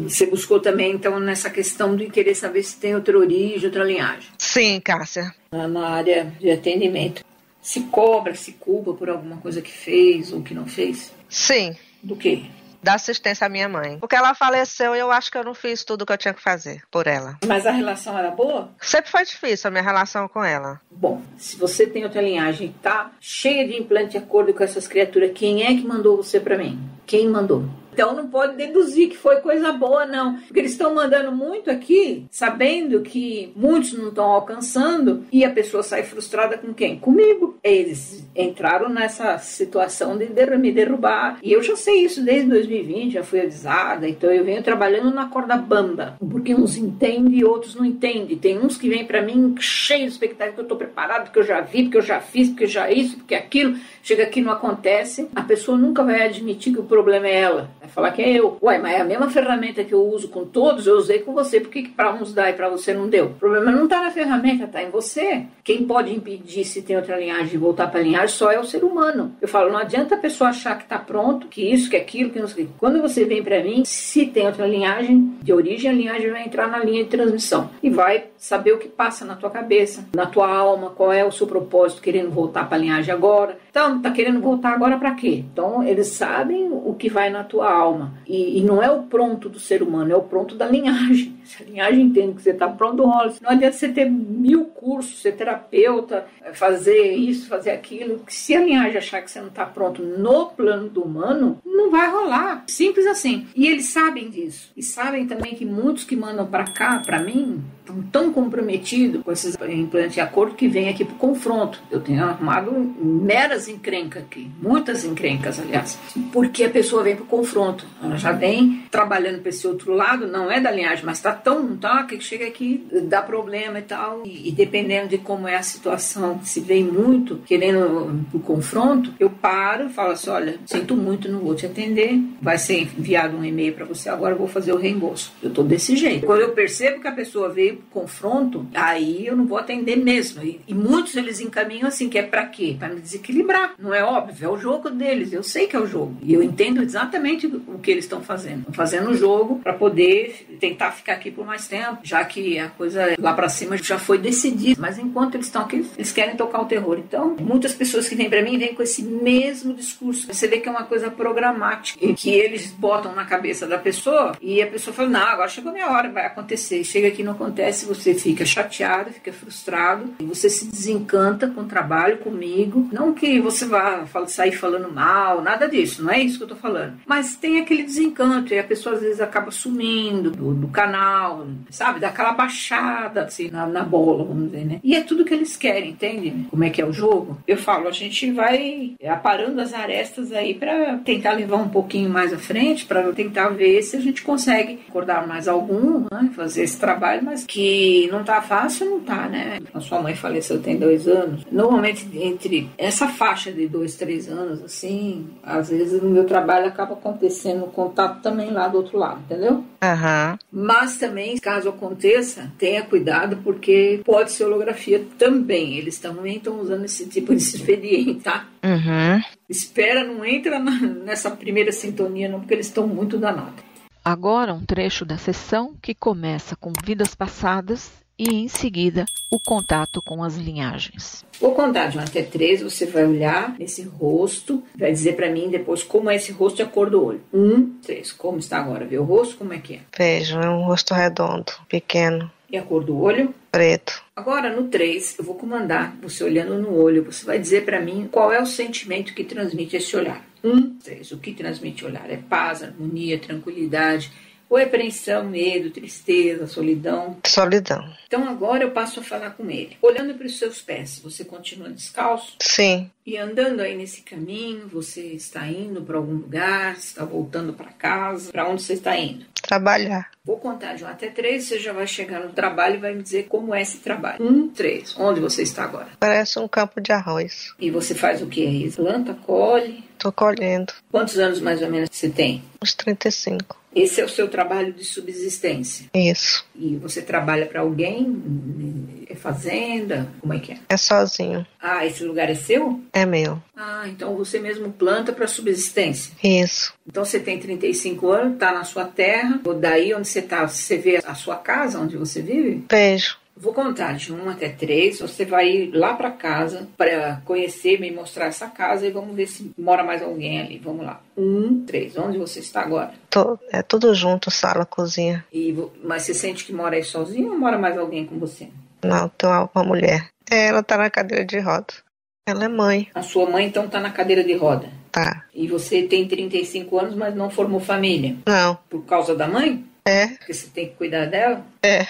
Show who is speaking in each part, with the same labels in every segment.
Speaker 1: Você buscou também, então, nessa questão de querer saber se tem outra origem, outra linhagem.
Speaker 2: Sim, Cássia.
Speaker 1: Na, na área de atendimento. Se cobra, se culpa por alguma coisa que fez ou que não fez?
Speaker 2: Sim.
Speaker 1: Do quê?
Speaker 2: Dar assistência à minha mãe. Porque ela faleceu e eu acho que eu não fiz tudo que eu tinha que fazer por ela.
Speaker 1: Mas a relação era boa?
Speaker 2: Sempre foi difícil a minha relação com ela.
Speaker 1: Bom, se você tem outra linhagem e tá cheia de implante de acordo com essas criaturas, quem é que mandou você para mim? Quem mandou? Então não pode deduzir que foi coisa boa, não. Porque eles estão mandando muito aqui, sabendo que muitos não estão alcançando, e a pessoa sai frustrada com quem? Comigo. Eles entraram nessa situação de me derrubar. E eu já sei isso desde 2020, já fui avisada. Então eu venho trabalhando na corda bamba. Porque uns entendem e outros não entendem. Tem uns que vêm para mim cheio de expectativa, que eu estou preparado, porque eu já vi, porque eu já fiz, porque já isso, porque aquilo. Chega aqui, não acontece. A pessoa nunca vai admitir que o problema é ela. Vai falar que é eu. Ué, mas é a mesma ferramenta que eu uso com todos, eu usei com você. Por que, que para uns dá e para você não deu? O problema não está na ferramenta, está em você. Quem pode impedir se tem outra linhagem de voltar para a linhagem só é o ser humano. Eu falo, não adianta a pessoa achar que está pronto, que isso, que aquilo, que não sei. Quando você vem para mim, se tem outra linhagem de origem, a linhagem vai entrar na linha de transmissão e vai saber o que passa na tua cabeça, na tua alma, qual é o seu propósito querendo voltar para a linhagem agora. Então, tá querendo voltar agora para quê? Então, eles sabem o que vai na tua alma. E, e, não é o pronto do ser humano, é o pronto da linhagem. Se a linhagem entende que você está pronto, rola. Não adianta você ter mil cursos, ser terapeuta, fazer isso, fazer aquilo. Se a linhagem achar que você não está pronto no plano do humano, não vai rolar. Simples assim. E eles sabem disso. E sabem também que muitos que mandam para cá, para mim, estão tão comprometidos com esses implantes de acordo que vem aqui para o confronto. Eu tenho arrumado meras encrencas aqui, muitas encrencas, aliás, porque a pessoa vem para o confronto. Ela já vem trabalhando para esse outro lado, não é da linhagem, mas está tão tá, que chega aqui, dá problema e tal. E, e dependendo de como é a situação, se vem muito querendo o confronto, eu paro e falo assim: olha, sinto muito, não vou te atender. Vai ser enviado um e-mail para você agora, eu vou fazer o reembolso. Eu estou desse jeito. Quando eu percebo que a pessoa veio confronto, aí eu não vou atender mesmo. E, e muitos eles encaminham assim, que é para quê? Para me desequilibrar. Não é óbvio, é o jogo deles. Eu sei que é o jogo. E eu entendo exatamente o que eles estão fazendo. Estão fazendo o jogo para poder tentar ficar aqui por mais tempo, já que a coisa é, lá para cima já foi decidida. Mas enquanto eles estão aqui, eles querem tocar o terror. Então, muitas pessoas que vêm para mim vêm com esse mesmo discurso. Você vê que é uma coisa programática, em que eles botam na cabeça da pessoa e a pessoa fala: não, agora chegou a minha hora, vai acontecer. Chega aqui não acontece acontece, você fica chateado, fica frustrado, você se desencanta com o trabalho, comigo. Não que você vá sair falando mal, nada disso, não é isso que eu tô falando. Mas tem aquele desencanto e a pessoa às vezes acaba sumindo do, do canal, sabe? Dá aquela baixada assim na, na, bola, vamos dizer, né? E é tudo que eles querem, entende? Como é que é o jogo? Eu falo, a gente vai é, aparando as arestas aí para tentar levar um pouquinho mais à frente, para tentar ver se a gente consegue acordar mais algum, né? fazer esse trabalho, mas que não tá fácil, não tá, né? A sua mãe faleceu tem dois anos. Normalmente, entre essa faixa de dois, três anos, assim, às vezes no meu trabalho acaba acontecendo contato também lá do outro lado, entendeu?
Speaker 2: Uhum.
Speaker 1: Mas também, caso aconteça, tenha cuidado, porque pode ser holografia também. Eles também estão usando esse tipo
Speaker 3: Uhum.
Speaker 1: de expediente, tá?
Speaker 2: Uhum.
Speaker 1: Espera, não entra na, nessa primeira sintonia, não, porque eles estão muito danados.
Speaker 3: Agora um trecho da sessão que começa com vidas passadas e em seguida o contato com as linhagens.
Speaker 1: Vou contar de 1 até 3, você vai olhar nesse rosto, vai dizer para mim depois como é esse rosto de acordo do olho. 1, 3, como está agora? Vê o rosto, como é que é?
Speaker 2: Vejo, é um rosto redondo, pequeno.
Speaker 1: E a cor do olho?
Speaker 2: Preto.
Speaker 1: Agora, no 3, eu vou comandar você olhando no olho. Você vai dizer para mim qual é o sentimento que transmite esse olhar. 1, 3. O que transmite olhar? É paz, harmonia, tranquilidade, ou é apreensão, medo, tristeza, solidão?
Speaker 2: Solidão.
Speaker 1: Então agora eu passo a falar com ele. Olhando para os seus pés, você continua descalço?
Speaker 2: Sim.
Speaker 1: E andando aí nesse caminho, você está indo para algum lugar, está voltando para casa? Para onde você está indo?
Speaker 2: Trabalhar.
Speaker 1: Vou contar de 1 até 3, você já vai chegar no trabalho e vai me dizer como é esse trabalho. 1, 3. Onde você está agora?
Speaker 2: Parece um campo de arroz.
Speaker 1: E você faz o que aí? Planta, colhe?
Speaker 2: Tô colhendo.
Speaker 1: Quantos anos mais ou menos você tem?
Speaker 2: Uns 35.
Speaker 1: Esse é o seu trabalho de subsistência.
Speaker 2: Isso.
Speaker 1: E você trabalha para alguém? É fazenda? Como é que é?
Speaker 2: É sozinho.
Speaker 1: Ah, esse lugar é seu?
Speaker 2: É meu.
Speaker 1: Ah, então você mesmo planta para subsistência.
Speaker 2: Isso.
Speaker 1: Então você tem 35 anos, tá na sua terra, ou daí onde você tá, você vê a sua casa onde você vive?
Speaker 2: Beijo.
Speaker 1: Vou contar de um até três. Você vai lá para casa para conhecer, me mostrar essa casa e vamos ver se mora mais alguém ali. Vamos lá. Um, três. Onde você está agora?
Speaker 2: Tô- é tudo junto, sala, cozinha.
Speaker 1: E vo- mas você sente que mora aí sozinho ou mora mais alguém com você?
Speaker 2: Não, tem uma, uma mulher. É, Ela tá na cadeira de rodas. Ela é mãe,
Speaker 1: A sua mãe então tá na cadeira de roda.
Speaker 2: tá?
Speaker 1: E você tem 35 anos, mas não formou família.
Speaker 2: Não.
Speaker 1: Por causa da mãe?
Speaker 2: É,
Speaker 1: Porque você tem que cuidar dela?
Speaker 2: é.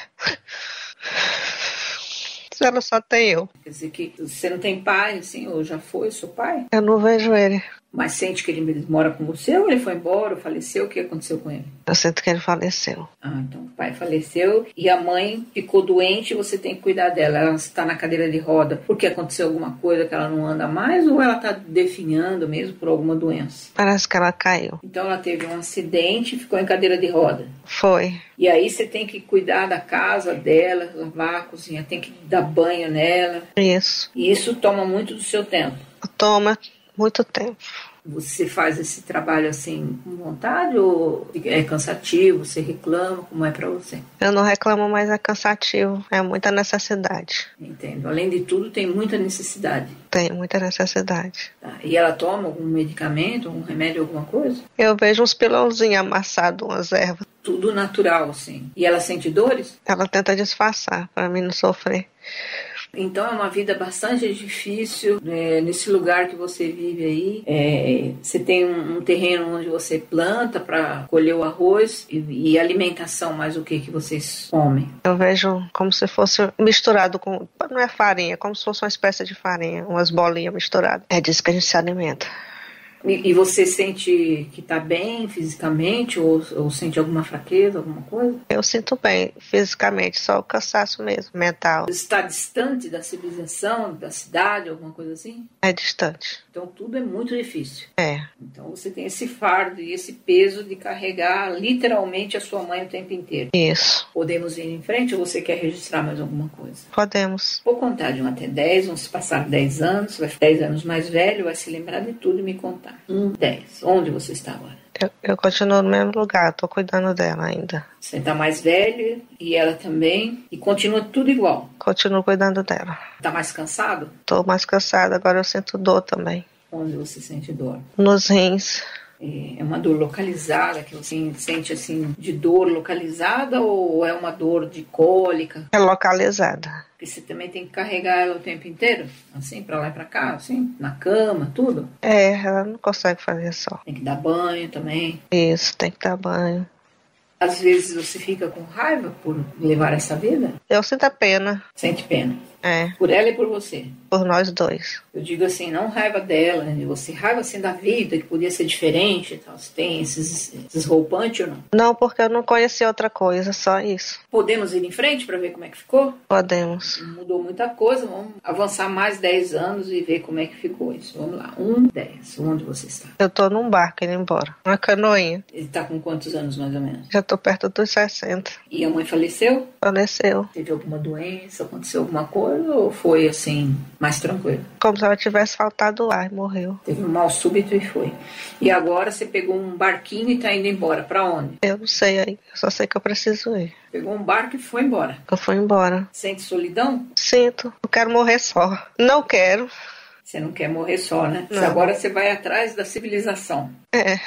Speaker 2: Ela só tem eu.
Speaker 1: Quer dizer que você não tem pai, assim, ou já foi seu pai?
Speaker 2: Eu não vejo ele.
Speaker 1: Mas sente que ele mora com você ou ele foi embora, ou faleceu? O que aconteceu com ele?
Speaker 2: Eu sinto que ele faleceu.
Speaker 1: Ah, então o pai faleceu e a mãe ficou doente e você tem que cuidar dela. Ela está na cadeira de roda porque aconteceu alguma coisa que ela não anda mais ou ela está definhando mesmo por alguma doença?
Speaker 2: Parece que ela caiu.
Speaker 1: Então ela teve um acidente e ficou em cadeira de roda.
Speaker 2: Foi.
Speaker 1: E aí você tem que cuidar da casa dela, lavar, cozinhar, tem que dar banho nela.
Speaker 2: Isso.
Speaker 1: E isso toma muito do seu tempo.
Speaker 2: Toma muito tempo.
Speaker 1: Você faz esse trabalho assim com vontade ou é cansativo? Você reclama? Como é para você?
Speaker 2: Eu não reclamo, mas é cansativo. É muita necessidade.
Speaker 1: Entendo. Além de tudo, tem muita necessidade.
Speaker 2: Tem muita necessidade.
Speaker 1: Tá? E ela toma algum medicamento, algum remédio, alguma coisa?
Speaker 2: Eu vejo uns pilãozinhos amassados, umas ervas.
Speaker 1: Tudo natural, assim. E ela sente dores?
Speaker 2: Ela tenta disfarçar pra mim não sofrer.
Speaker 1: Então é uma vida bastante difícil né, nesse lugar que você vive aí. É, você tem um, um terreno onde você planta para colher o arroz e, e alimentação, mas o que que vocês comem?
Speaker 2: Eu vejo como se fosse misturado com. Não é farinha, como se fosse uma espécie de farinha, umas bolinhas misturadas. É disso que a gente se alimenta.
Speaker 1: E, e você sente que está bem fisicamente ou, ou sente alguma fraqueza, alguma coisa?
Speaker 2: Eu sinto bem fisicamente, só o cansaço mesmo, mental.
Speaker 1: Está distante da civilização, da cidade, alguma coisa assim?
Speaker 2: É distante.
Speaker 1: Então tudo é muito difícil.
Speaker 2: É,
Speaker 1: Então você tem esse fardo e esse peso de carregar literalmente a sua mãe o tempo inteiro.
Speaker 2: isso.
Speaker 1: Podemos ir em frente ou você quer registrar mais alguma coisa?
Speaker 2: Podemos.
Speaker 1: Vou contar de 1 até 10, vão se passar 10 anos, vai ficar 10 anos mais velho, vai se lembrar de tudo e me contar. 1, 10. Onde você está agora?
Speaker 2: Eu, eu continuo no mesmo lugar, tô cuidando dela ainda.
Speaker 1: Você está mais velho e ela também, e continua tudo igual.
Speaker 2: Continuo cuidando dela.
Speaker 1: Está mais cansado?
Speaker 2: Tô mais cansada, agora eu sinto dor também.
Speaker 1: Onde você sente dor?
Speaker 2: Nos rins.
Speaker 1: É é uma dor localizada, que você sente assim, de dor localizada ou é uma dor de cólica?
Speaker 2: É localizada.
Speaker 1: Porque você também tem que carregar ela o tempo inteiro, assim, pra lá e pra cá, assim, na cama, tudo.
Speaker 2: É, ela não consegue fazer só.
Speaker 1: Tem que dar banho também.
Speaker 2: Isso, tem que dar banho.
Speaker 1: Às vezes você fica com raiva por levar essa vida,
Speaker 2: Eu sinto a pena.
Speaker 1: sente pena.
Speaker 2: É,
Speaker 1: Por ela e por você.
Speaker 2: por nós dois.
Speaker 1: Eu digo assim, não raiva dela, né, de você, raiva assim da vida, que podia ser diferente e tal. Você tem esses, esses roupantes ou não?
Speaker 2: Não, porque eu não conheci outra coisa, só isso.
Speaker 1: Podemos ir em frente pra ver como é que ficou?
Speaker 2: Podemos.
Speaker 1: Mudou muita coisa, vamos avançar mais 10 anos e ver como é que ficou isso. Vamos lá, 1, 10, onde você está?
Speaker 2: Eu tô num barco indo embora. Uma canoinha.
Speaker 1: Ele tá com quantos anos mais ou menos?
Speaker 2: Já tô perto dos 60.
Speaker 1: E a mãe faleceu?
Speaker 2: Faleceu.
Speaker 1: Teve alguma doença? Aconteceu alguma coisa? Ou foi assim, mais tranquilo?
Speaker 2: Como se ela tivesse faltado ar e morreu.
Speaker 1: Teve um mal súbito e foi. E agora você pegou um barquinho e tá indo embora. Pra onde?
Speaker 2: Eu não sei aí. Eu só sei que eu preciso ir.
Speaker 1: Pegou um barco e foi embora.
Speaker 2: Eu fui embora.
Speaker 1: Sente solidão?
Speaker 2: Sinto. Eu quero morrer só. Não quero.
Speaker 1: Você não quer morrer só, né?
Speaker 2: Não.
Speaker 1: Agora você vai atrás da civilização.
Speaker 2: É.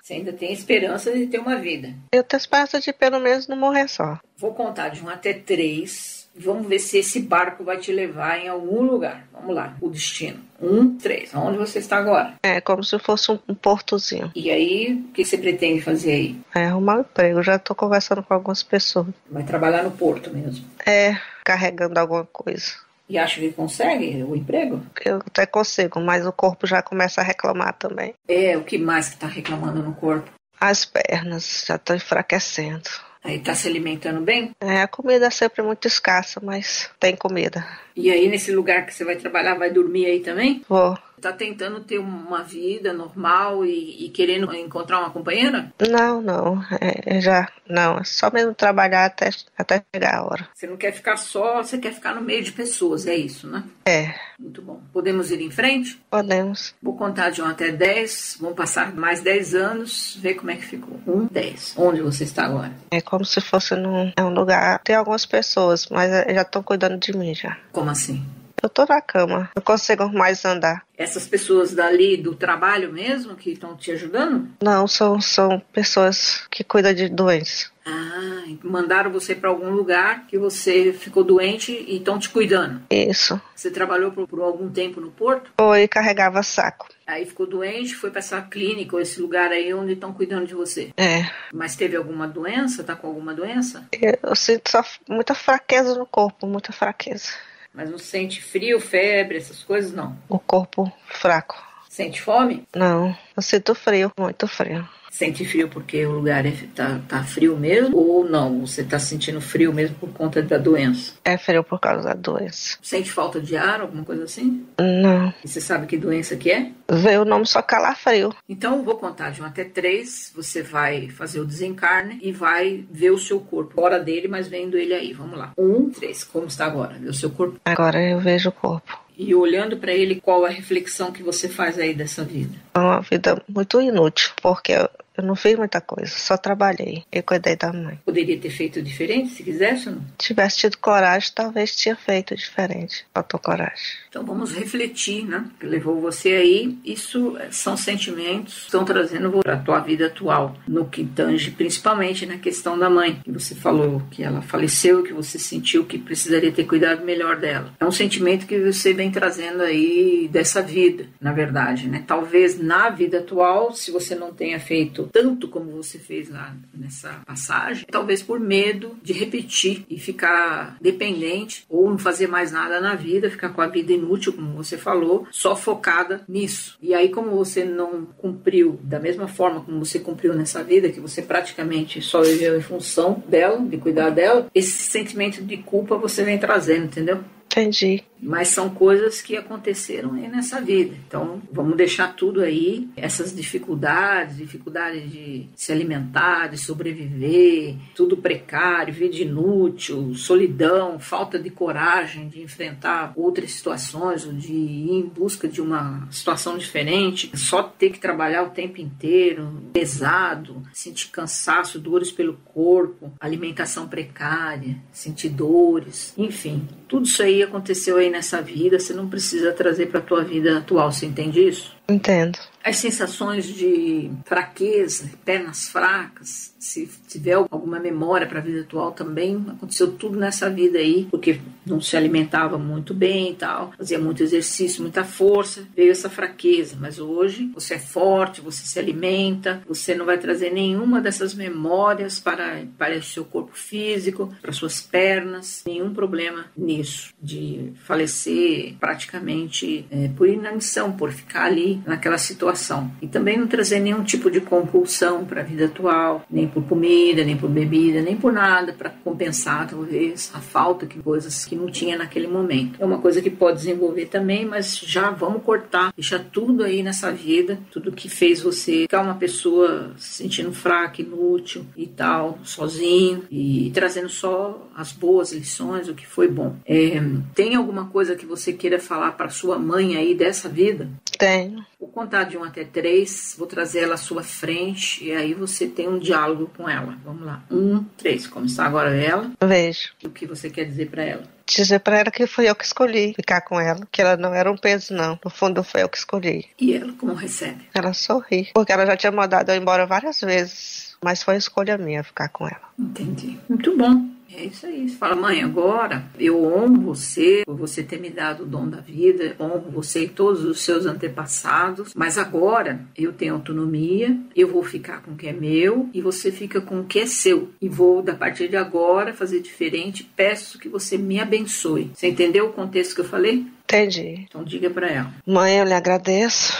Speaker 1: Você ainda tem esperança de ter uma vida.
Speaker 2: Eu tenho esperança de pelo menos não morrer só.
Speaker 1: Vou contar de um até três. Vamos ver se esse barco vai te levar em algum lugar. Vamos lá, o destino. Um, três. Onde você está agora?
Speaker 2: É como se fosse um, um portozinho.
Speaker 1: E aí, o que você pretende fazer aí?
Speaker 2: É arrumar um emprego. Já tô conversando com algumas pessoas.
Speaker 1: Vai trabalhar no porto mesmo.
Speaker 2: É, carregando alguma coisa.
Speaker 1: E acha que consegue o emprego?
Speaker 2: Eu até consigo, mas o corpo já começa a reclamar também.
Speaker 1: É, o que mais que está reclamando no corpo?
Speaker 2: As pernas já estão enfraquecendo.
Speaker 1: Aí está se tá alimentando bem?
Speaker 2: É, a comida é sempre muito escassa, mas tem comida.
Speaker 1: E aí, nesse lugar que você vai trabalhar, vai dormir aí também?
Speaker 2: Vou.
Speaker 1: Tá tentando ter uma vida normal e, e querendo encontrar uma companheira?
Speaker 2: Não, não. É, é já. Não. É só mesmo trabalhar até, até chegar a hora.
Speaker 1: Você não quer ficar só, você quer ficar no meio de pessoas, é isso, né?
Speaker 2: É.
Speaker 1: Muito bom. Podemos ir em frente?
Speaker 2: Podemos.
Speaker 1: Vou contar de 1 até 10, vão passar mais 10 anos, ver como é que ficou. 1, 10. Onde você está agora?
Speaker 2: É como se fosse num é um lugar. Tem algumas pessoas, mas é, já estão cuidando de mim já.
Speaker 1: Como assim?
Speaker 2: Eu tô na cama. Não consigo mais andar.
Speaker 1: Essas pessoas dali do trabalho mesmo que estão te ajudando?
Speaker 2: Não, são, são pessoas que cuidam de doentes.
Speaker 1: Ah, mandaram você para algum lugar que você ficou doente e estão te cuidando.
Speaker 2: Isso.
Speaker 1: Você trabalhou por, por algum tempo no Porto?
Speaker 2: Oi, carregava saco.
Speaker 1: Aí ficou doente, foi para essa clínica ou esse lugar aí onde estão cuidando de você.
Speaker 2: É.
Speaker 1: Mas teve alguma doença? Tá com alguma doença?
Speaker 2: Eu sinto só muita fraqueza no corpo, muita fraqueza.
Speaker 1: Mas não sente frio, febre, essas coisas não.
Speaker 2: O corpo fraco.
Speaker 1: Sente fome?
Speaker 2: Não. Eu sinto frio, muito frio.
Speaker 1: Sente frio porque o lugar é, tá, tá frio mesmo? Ou não? Você tá sentindo frio mesmo por conta da doença?
Speaker 2: É frio por causa da doença.
Speaker 1: Sente falta de ar, alguma coisa assim?
Speaker 2: Não.
Speaker 1: E você sabe que doença que é?
Speaker 2: Vê o nome só calafrio.
Speaker 1: Então, vou contar de 1 até 3. Você vai fazer o desencarne e vai ver o seu corpo. Fora dele, mas vendo ele aí. Vamos lá. 1, 3. Como está agora? Vê o seu corpo.
Speaker 2: Agora eu vejo o corpo.
Speaker 1: E olhando para ele, qual a reflexão que você faz aí dessa vida?
Speaker 2: É uma vida muito inútil, porque eu não fiz muita coisa, só trabalhei e cuidei da mãe.
Speaker 1: Poderia ter feito diferente se quisesse ou não?
Speaker 2: Tivesse tido coragem, talvez tinha feito diferente. Faltou coragem.
Speaker 1: Então vamos refletir, né? Que levou você aí. Isso eh, são sentimentos que estão trazendo para a tua vida atual, no que tange principalmente na questão da mãe, que você falou que ela faleceu, que você sentiu que precisaria ter cuidado melhor dela. É um sentimento que você vem trazendo aí dessa vida, na verdade, né? Talvez na vida atual, se você não tenha feito tanto como você fez lá nessa passagem, talvez por medo de repetir e ficar dependente ou não fazer mais nada na vida, ficar com a vida inútil, como você falou, só focada nisso. E aí, como você não cumpriu da mesma forma como você cumpriu nessa vida, que você praticamente só viveu em função dela, de cuidar dela, esse sentimento de culpa você vem trazendo, entendeu?
Speaker 2: Entendi.
Speaker 1: Mas são coisas que aconteceram aí nessa vida. Então, vamos deixar tudo aí, essas dificuldades, dificuldade de se alimentar, de sobreviver, tudo precário, vida inútil, solidão, falta de coragem de enfrentar outras situações, ou de ir em busca de uma situação diferente, só ter que trabalhar o tempo inteiro, pesado, sentir cansaço, dores pelo corpo, alimentação precária, sentir dores, enfim, tudo isso aí aconteceu aí nessa vida, você não precisa trazer para a tua vida atual, você entende isso?
Speaker 2: Entendo.
Speaker 1: As sensações de fraqueza, pernas fracas, se tiver alguma memória para a vida atual também, aconteceu tudo nessa vida aí, porque não se alimentava muito bem e tal, fazia muito exercício, muita força, veio essa fraqueza, mas hoje você é forte, você se alimenta, você não vai trazer nenhuma dessas memórias para, para o seu corpo físico, para suas pernas, nenhum problema nisso, de falecer praticamente é, por inanição, por ficar ali naquela situação. E também não trazer nenhum tipo de compulsão para a vida atual, nem por comida, nem por bebida, nem por nada, para compensar talvez a falta de coisas que não tinha naquele momento. É uma coisa que pode desenvolver também, mas já vamos cortar, deixar tudo aí nessa vida, tudo que fez você ficar uma pessoa se sentindo fraca, inútil e tal, sozinho, e trazendo só as boas lições, o que foi bom. É, tem alguma coisa que você queira falar para sua mãe aí dessa vida?
Speaker 2: Tenho.
Speaker 1: Vou contar de 1 até 3, vou trazer ela à sua frente e aí você tem um diálogo com ela. Vamos lá. 1, 3. Começar agora ela.
Speaker 2: Vejo.
Speaker 1: O que você quer dizer para ela?
Speaker 2: Dizer pra ela que fui eu que escolhi ficar com ela, que ela não era um peso, não. No fundo, foi eu que escolhi.
Speaker 1: E ela como recebe?
Speaker 2: Ela sorri, porque ela já tinha mandado eu embora várias vezes, mas foi escolha minha ficar com ela.
Speaker 1: Entendi. Muito bom. É isso aí. Você fala, mãe, agora eu honro você por você ter me dado o dom da vida, honro você e todos os seus antepassados, mas agora eu tenho autonomia, eu vou ficar com o que é meu e você fica com o que é seu. E vou, da partir de agora, fazer diferente. Peço que você me abençoe. Você entendeu o contexto que eu falei?
Speaker 2: Entendi.
Speaker 1: Então diga para ela.
Speaker 2: Mãe, eu lhe agradeço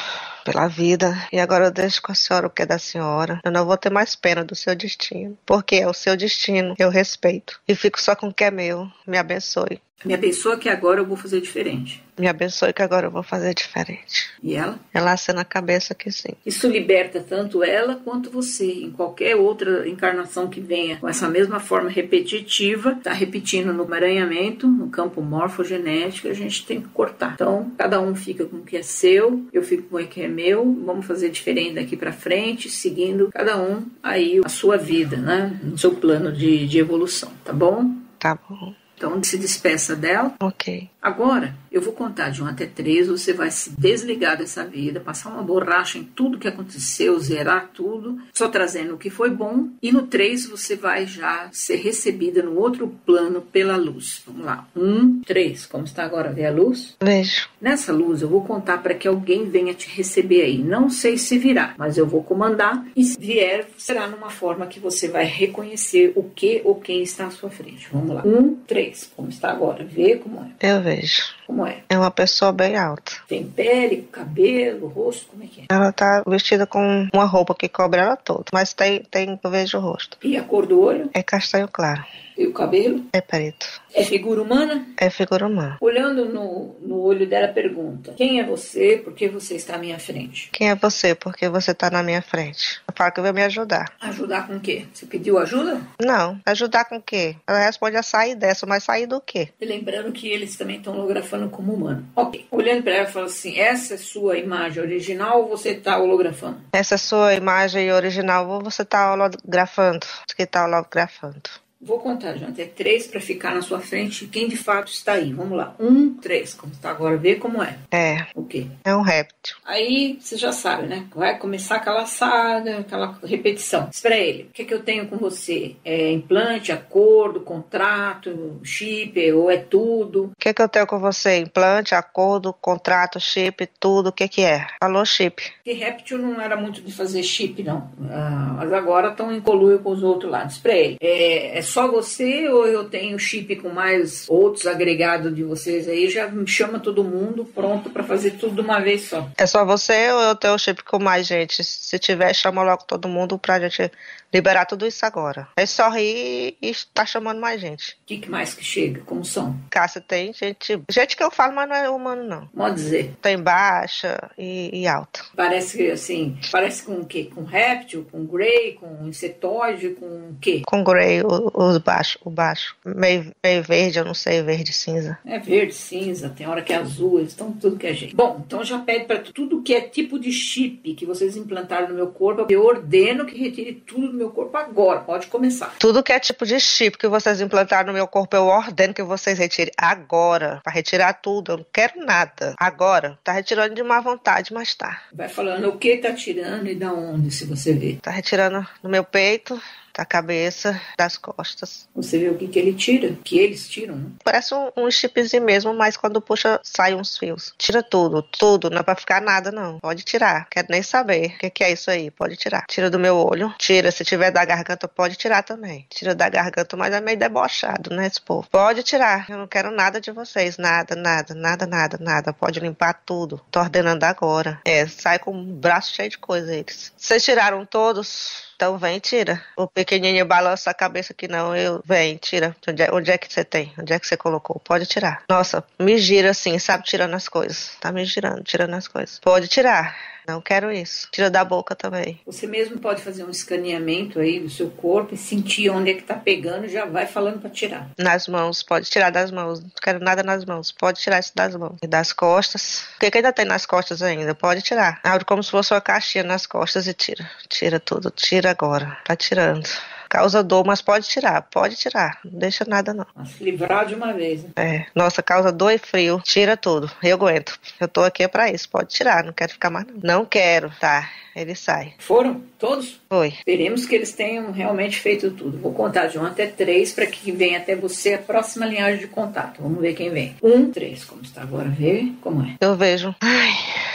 Speaker 2: pela vida. E agora eu deixo com a senhora o que é da senhora. Eu não vou ter mais pena do seu destino, porque é o seu destino, eu respeito. E fico só com o que é meu. Me abençoe.
Speaker 1: Me abençoa que agora eu vou fazer diferente.
Speaker 2: Me abençoe que agora eu vou fazer diferente.
Speaker 1: E ela?
Speaker 2: Ela acena a cabeça que sim.
Speaker 1: Isso liberta tanto ela quanto você. Em qualquer outra encarnação que venha com essa mesma forma repetitiva, tá repetindo no emaranhamento, no campo morfogenético, a gente tem que cortar. Então, cada um fica com o que é seu, eu fico com o que é meu, vamos fazer diferente daqui para frente, seguindo cada um aí a sua vida, né? No seu plano de, de evolução, tá bom?
Speaker 2: Tá bom.
Speaker 1: Então, se despeça dela.
Speaker 2: Ok.
Speaker 1: Agora, eu vou contar de 1 até 3, você vai se desligar dessa vida, passar uma borracha em tudo que aconteceu, zerar tudo, só trazendo o que foi bom. E no 3 você vai já ser recebida no outro plano pela luz. Vamos lá. 1, 3. Como está agora? Vê a luz?
Speaker 2: Vejo.
Speaker 1: Nessa luz eu vou contar para que alguém venha te receber aí. Não sei se virá, mas eu vou comandar e se vier, será numa forma que você vai reconhecer o que ou quem está à sua frente. Vamos lá. 1, 3. Como está agora? Vê como é.
Speaker 2: Eu vejo.
Speaker 1: Como é?
Speaker 2: É uma pessoa bem alta.
Speaker 1: Tem pele, cabelo, rosto, como é que é?
Speaker 2: Ela tá vestida com uma roupa que cobre ela toda, mas tem, tem eu vejo o rosto.
Speaker 1: E a cor do olho
Speaker 2: É castanho claro.
Speaker 1: e o cabelo?
Speaker 2: É preto.
Speaker 1: É figura humana?
Speaker 2: É figura humana.
Speaker 1: Olhando no, no olho dela, pergunta: Quem é você? Por que você está à minha frente?
Speaker 2: Quem é você? Porque você tá na minha frente. Eu falo que vai me ajudar.
Speaker 1: Ajudar com o quê? Você pediu ajuda?
Speaker 2: Não. Ajudar com o quê? Ela responde a sair dessa, mas sair do quê?
Speaker 1: E Lembrando que eles também estão holografando como humano. Ok. Olhando para ela, fala assim: Essa é sua imagem original ou você está holografando?
Speaker 2: Essa sua imagem original, ou você tá holografando? Diz Que tá holografando.
Speaker 1: Vou contar, gente. É três para ficar na sua frente quem de fato está aí. Vamos lá. Um, três. Como está agora? Vê como é.
Speaker 2: É.
Speaker 1: Ok.
Speaker 2: É um réptil.
Speaker 1: Aí você já sabe, né? Vai começar aquela saga, aquela repetição. Diz pra ele: o que, que eu tenho com você? É implante, acordo, contrato, chip, ou é tudo?
Speaker 2: O que, que eu tenho com você? Implante, acordo, contrato, chip, tudo. O que, que é? Alô, chip.
Speaker 1: Que réptil não era muito de fazer chip, não. Ah, mas agora estão em coluio com os outros lá. Diz pra ele: é, é só você ou eu tenho chip com mais outros agregados de vocês aí? Já chama todo mundo pronto pra fazer tudo de uma vez só.
Speaker 2: É só você ou eu tenho chip com mais gente? Se tiver, chama logo todo mundo pra gente liberar tudo isso agora. É só rir e tá chamando mais gente.
Speaker 1: O que, que mais que chega? Como são?
Speaker 2: Cássia tem gente. Gente que eu falo, mas não é humano, não.
Speaker 1: Pode dizer.
Speaker 2: Tem baixa e, e alta.
Speaker 1: Parece que, assim, parece com o quê? Com réptil, com grey, com insetoide, com o quê?
Speaker 2: Com grey, o- os baixos, o baixo. Meio, meio verde, eu não sei, verde cinza.
Speaker 1: É verde, cinza, tem hora que é azul, eles estão tudo que é jeito. Bom, então já pede para tudo que é tipo de chip que vocês implantaram no meu corpo, eu ordeno que retire tudo do meu corpo agora, pode começar.
Speaker 2: Tudo que é tipo de chip que vocês implantaram no meu corpo, eu ordeno que vocês retirem agora. Pra retirar tudo, eu não quero nada. Agora. Tá retirando de má vontade, mas tá.
Speaker 1: Vai falando o que tá tirando e da onde, se você vê.
Speaker 2: Tá retirando do meu peito, da cabeça, das costas.
Speaker 1: Você vê o que, que ele tira, que eles tiram, né?
Speaker 2: Parece um, um chipzinho mesmo, mas quando puxa, sai uns fios. Tira tudo, tudo. Não é pra ficar nada, não. Pode tirar. Quero nem saber o que, que é isso aí. Pode tirar. Tira do meu olho. Tira. Se tiver da garganta, pode tirar também. Tira da garganta, mas é meio debochado, né, esse povo? Pode tirar. Eu não quero nada de vocês. Nada, nada, nada, nada, nada. Pode limpar tudo. Tô ordenando agora. É, sai com o braço cheio de coisa eles. Vocês tiraram todos? Então vem, tira. O pequenininho balança a cabeça que não. Eu vem, tira. Onde é, onde é que você tem? Onde é que você colocou? Pode tirar. Nossa, me gira assim, sabe? Tirando as coisas. Tá me girando, tirando as coisas. Pode tirar. Não quero isso. Tira da boca também.
Speaker 1: Você mesmo pode fazer um escaneamento aí do seu corpo e sentir onde é que tá pegando, já vai falando para tirar.
Speaker 2: Nas mãos, pode tirar das mãos. Não quero nada nas mãos. Pode tirar isso das mãos. E das costas. O que, que ainda tem nas costas ainda? Pode tirar. Abre como se fosse uma caixinha nas costas e tira. Tira tudo. Tira agora. Tá tirando. Causa dor, mas pode tirar. Pode tirar. Não deixa nada, não.
Speaker 1: Mas se livrar de uma vez, né?
Speaker 2: É, nossa, causa dor e frio. Tira tudo. Eu aguento. Eu tô aqui é pra isso. Pode tirar. Não quero ficar mais. Não, não quero. Tá. Ele sai.
Speaker 1: Foram todos?
Speaker 2: Foi.
Speaker 1: Esperemos que eles tenham realmente feito tudo. Vou contar de 1 até 3 para que venha até você a próxima Um, linhagem de contato. Vamos ver quem vem. 1, 3. Como está agora? Vê como é.
Speaker 2: Eu vejo. Ai.